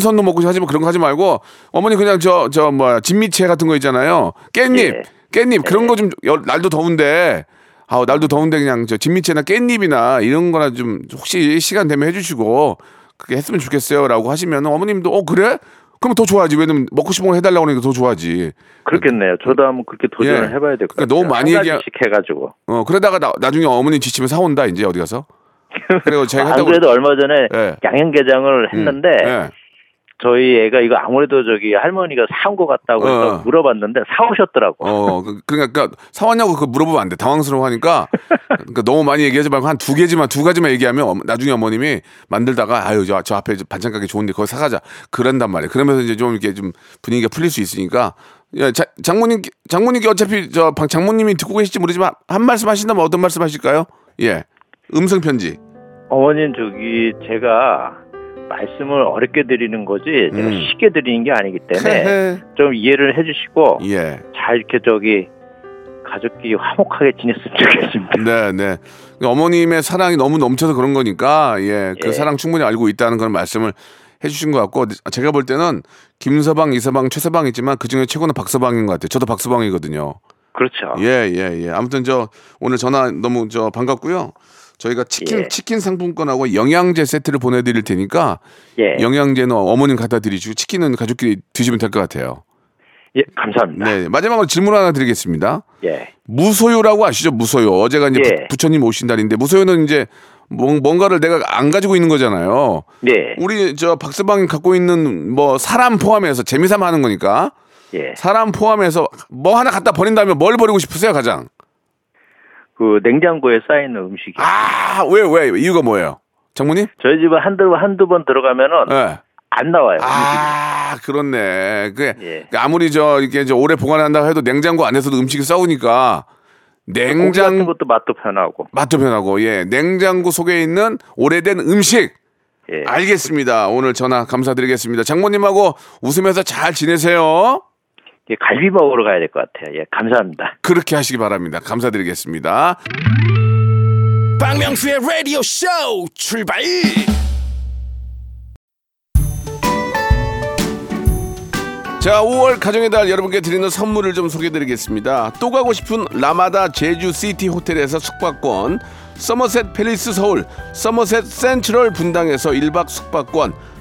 Speaker 1: 신, 선도 먹고 싶어 하지만 뭐 그런 거 하지 말고 어머니 그냥 저 저 뭐야 진미채 같은 거 있잖아요. 깻잎,
Speaker 8: 예.
Speaker 1: 깻잎 그런 거 좀 날도 더운데 아우 날도 더운데 그냥 저 진미채나 깻잎이나 이런 거나 좀 혹시 시간 되면 해주시고 그게 했으면 좋겠어요라고 하시면 어머님도 어 그래? 그럼 더 좋아하지. 왜냐면 먹고 싶은 걸 해달라고 하니까 더 좋아하지.
Speaker 8: 그렇겠네요. 저도 한번 그렇게 도전을
Speaker 1: 예.
Speaker 8: 해봐야 될 것
Speaker 1: 그러니까
Speaker 8: 같아요.
Speaker 1: 너무 많이
Speaker 8: 한
Speaker 1: 얘기하-
Speaker 8: 가지씩 해가지고.
Speaker 1: 어 그러다가 나, 나중에 어머니 지치면 사온다 이제 어디 가서. 그리고 제가
Speaker 8: 안
Speaker 1: 했다고
Speaker 8: 그래도 얼마 전에
Speaker 1: 예.
Speaker 8: 양념게장을 했는데
Speaker 1: 예.
Speaker 8: 저희 애가 이거 아무래도 저기 할머니가 사온 것 같다고 해서
Speaker 1: 어.
Speaker 8: 물어봤는데 사오셨더라고.
Speaker 1: 어, 그, 그러니까, 그러니까 사왔냐고 그 물어보면 안 돼. 당황스러워하니까. 그러니까 너무 많이 얘기하지 말고 한 두 개지만 두 가지만 얘기하면 어머- 나중에 어머님이 만들다가 아유 저, 저 앞에 저 반찬 가게 좋은데 거기 사가자. 그런단 말이에요. 그러면서 이제 좀 이렇게 좀 분위기가 풀릴 수 있으니까. 야, 자- 장모님 장모님께 어차피 저 방- 장모님이 듣고 계실지 모르지만 한 말씀 하신다면 어떤 말씀 하실까요? 예, 음성 편지.
Speaker 8: 어머님 저기 제가 말씀을 어렵게 드리는 거지 제가
Speaker 1: 음. 네.
Speaker 8: 쉽게 드리는 게 아니기 때문에 좀 이해를 해주시고
Speaker 1: 예,
Speaker 8: 잘 이렇게 저기 가족끼리 화목하게 지냈으면 좋겠습니다.
Speaker 1: 네, 네. 어머님의 사랑이 너무 넘쳐서 그런 거니까 예, 그
Speaker 8: 예.
Speaker 1: 사랑 충분히 알고 있다는 그런 말씀을 해주신 것 같고 아, 제가 볼 때는 김서방, 이서방, 최서방 있지만 그 중에 최고는 박서방인 것 같아요. 저도 박서방이거든요.
Speaker 8: 그렇죠.
Speaker 1: 예, 예, 예. 아무튼 저 오늘 전화 너무 저 반갑고요. 저희가 치킨
Speaker 8: 예.
Speaker 1: 치킨 상품권하고 영양제 세트를 보내드릴 테니까
Speaker 8: 예.
Speaker 1: 영양제는 어머님 갖다 드리시고 치킨은 가족끼리 드시면 될 것 같아요.
Speaker 8: 예, 감사합니다.
Speaker 1: 네, 마지막으로 질문 하나 드리겠습니다.
Speaker 8: 예.
Speaker 1: 무소유라고 아시죠? 무소유. 어제가 이제
Speaker 8: 예.
Speaker 1: 부, 처님 오신 날인데 무소유는 이제 뭔- 뭔가를 내가 안 가지고 있는 거잖아요.
Speaker 8: 네.
Speaker 1: 우리 저 박서방이 갖고 있는 뭐 사람 포함해서 재미삼아 하는 거니까
Speaker 8: 예.
Speaker 1: 사람 포함해서 뭐 하나 갖다 버린다면 뭘 버리고 싶으세요, 가장?
Speaker 8: 그 냉장고에 쌓이는 음식이.
Speaker 1: 아, 왜 왜? 이유가 뭐예요? 장모님?
Speaker 8: 저희 집은 한두 한두 번 들어가면은
Speaker 1: 예.
Speaker 8: 안 나와요.
Speaker 1: 아, 그렇네. 그
Speaker 8: 예.
Speaker 1: 아무리 저 이렇게 이제 오래 보관한다고 해도 냉장고 안에서도 음식이 싸우니까
Speaker 8: 음식이. 그 고기 같은
Speaker 1: 냉장
Speaker 8: 것도 맛도 편하고.
Speaker 1: 맛도 변하고 예, 냉장고 속에 있는 오래된 음식
Speaker 8: 예.
Speaker 1: 아. 알겠습니다. 오늘 전화 감사드리겠습니다. 장모님하고 웃으면서 잘 지내세요.
Speaker 8: 예, 갈비 먹으러 가야 될 것 같아요. 예, 감사합니다.
Speaker 1: 그렇게 하시기 바랍니다. 감사드리겠습니다.
Speaker 3: 박명수의 라디오 쇼 출발
Speaker 1: 자, 5월 가정의 달 여러분께 드리는 선물을 좀 소개드리겠습니다. 또 가고 싶은 라마다 제주시티 호텔에서 숙박권, 서머셋 팰리스 서울, 서머셋 센트럴 분당에서 1박 숙박권,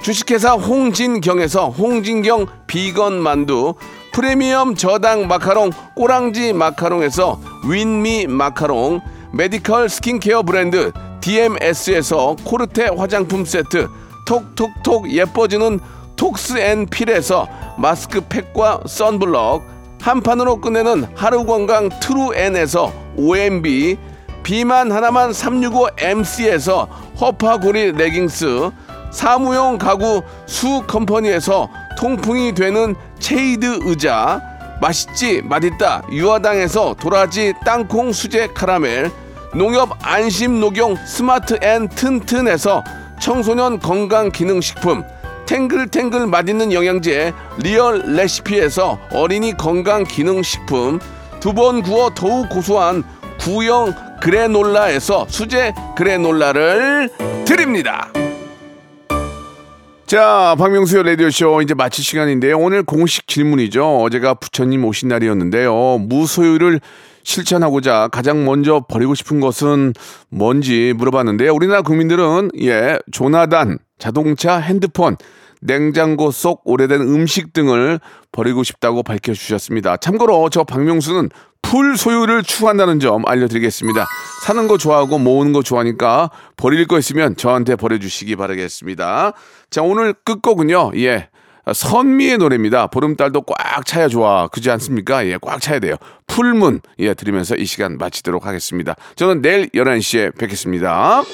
Speaker 1: 주식회사 홍진경에서 홍진경 비건 만두, 프리미엄 저당 마카롱 꼬랑지 마카롱에서 윈미 마카롱, 메디컬 스킨케어 브랜드 DMS에서 코르테 화장품 세트, 톡톡톡 예뻐지는 톡스앤필에서 마스크팩과 선블럭, 한 판으로 끝내는 하루 건강 트루엔에서 OMB 비만 하나만 365MC에서 허파고리 레깅스 사무용 가구 수 컴퍼니에서 통풍이 되는 체이드 의자 맛있지 맛있다 유화당에서 도라지 땅콩 수제 카라멜 농협 안심 녹용 스마트 앤 튼튼에서 청소년 건강 기능 식품 탱글탱글 맛있는 영양제 리얼 레시피에서 어린이 건강 기능 식품 두 번 구워 더욱 고소한 구형 그래놀라에서 수제 그래놀라를 드립니다. 자, 박명수의 라디오쇼 이제 마칠 시간인데요. 오늘 공식 질문이죠. 어제가 부처님 오신 날이었는데요. 무소유를 실천하고자 가장 먼저 버리고 싶은 것은 뭔지 물어봤는데요. 우리나라 국민들은 예, 조나단, 자동차, 핸드폰, 냉장고 속 오래된 음식 등을 버리고 싶다고 밝혀주셨습니다. 참고로 저 박명수는 풀 소유를 추구한다는 점 알려드리겠습니다. 사는 거 좋아하고 모으는 거 좋아하니까 버릴 거 있으면 저한테 버려주시기 바라겠습니다. 자, 오늘 끝곡은요. 예. 선미의 노래입니다. 보름달도 꽉 차야 좋아. 그지 않습니까? 예, 꽉 차야 돼요. 풀문. 예, 들으면서 이 시간 마치도록 하겠습니다. 저는 내일 11시에 뵙겠습니다.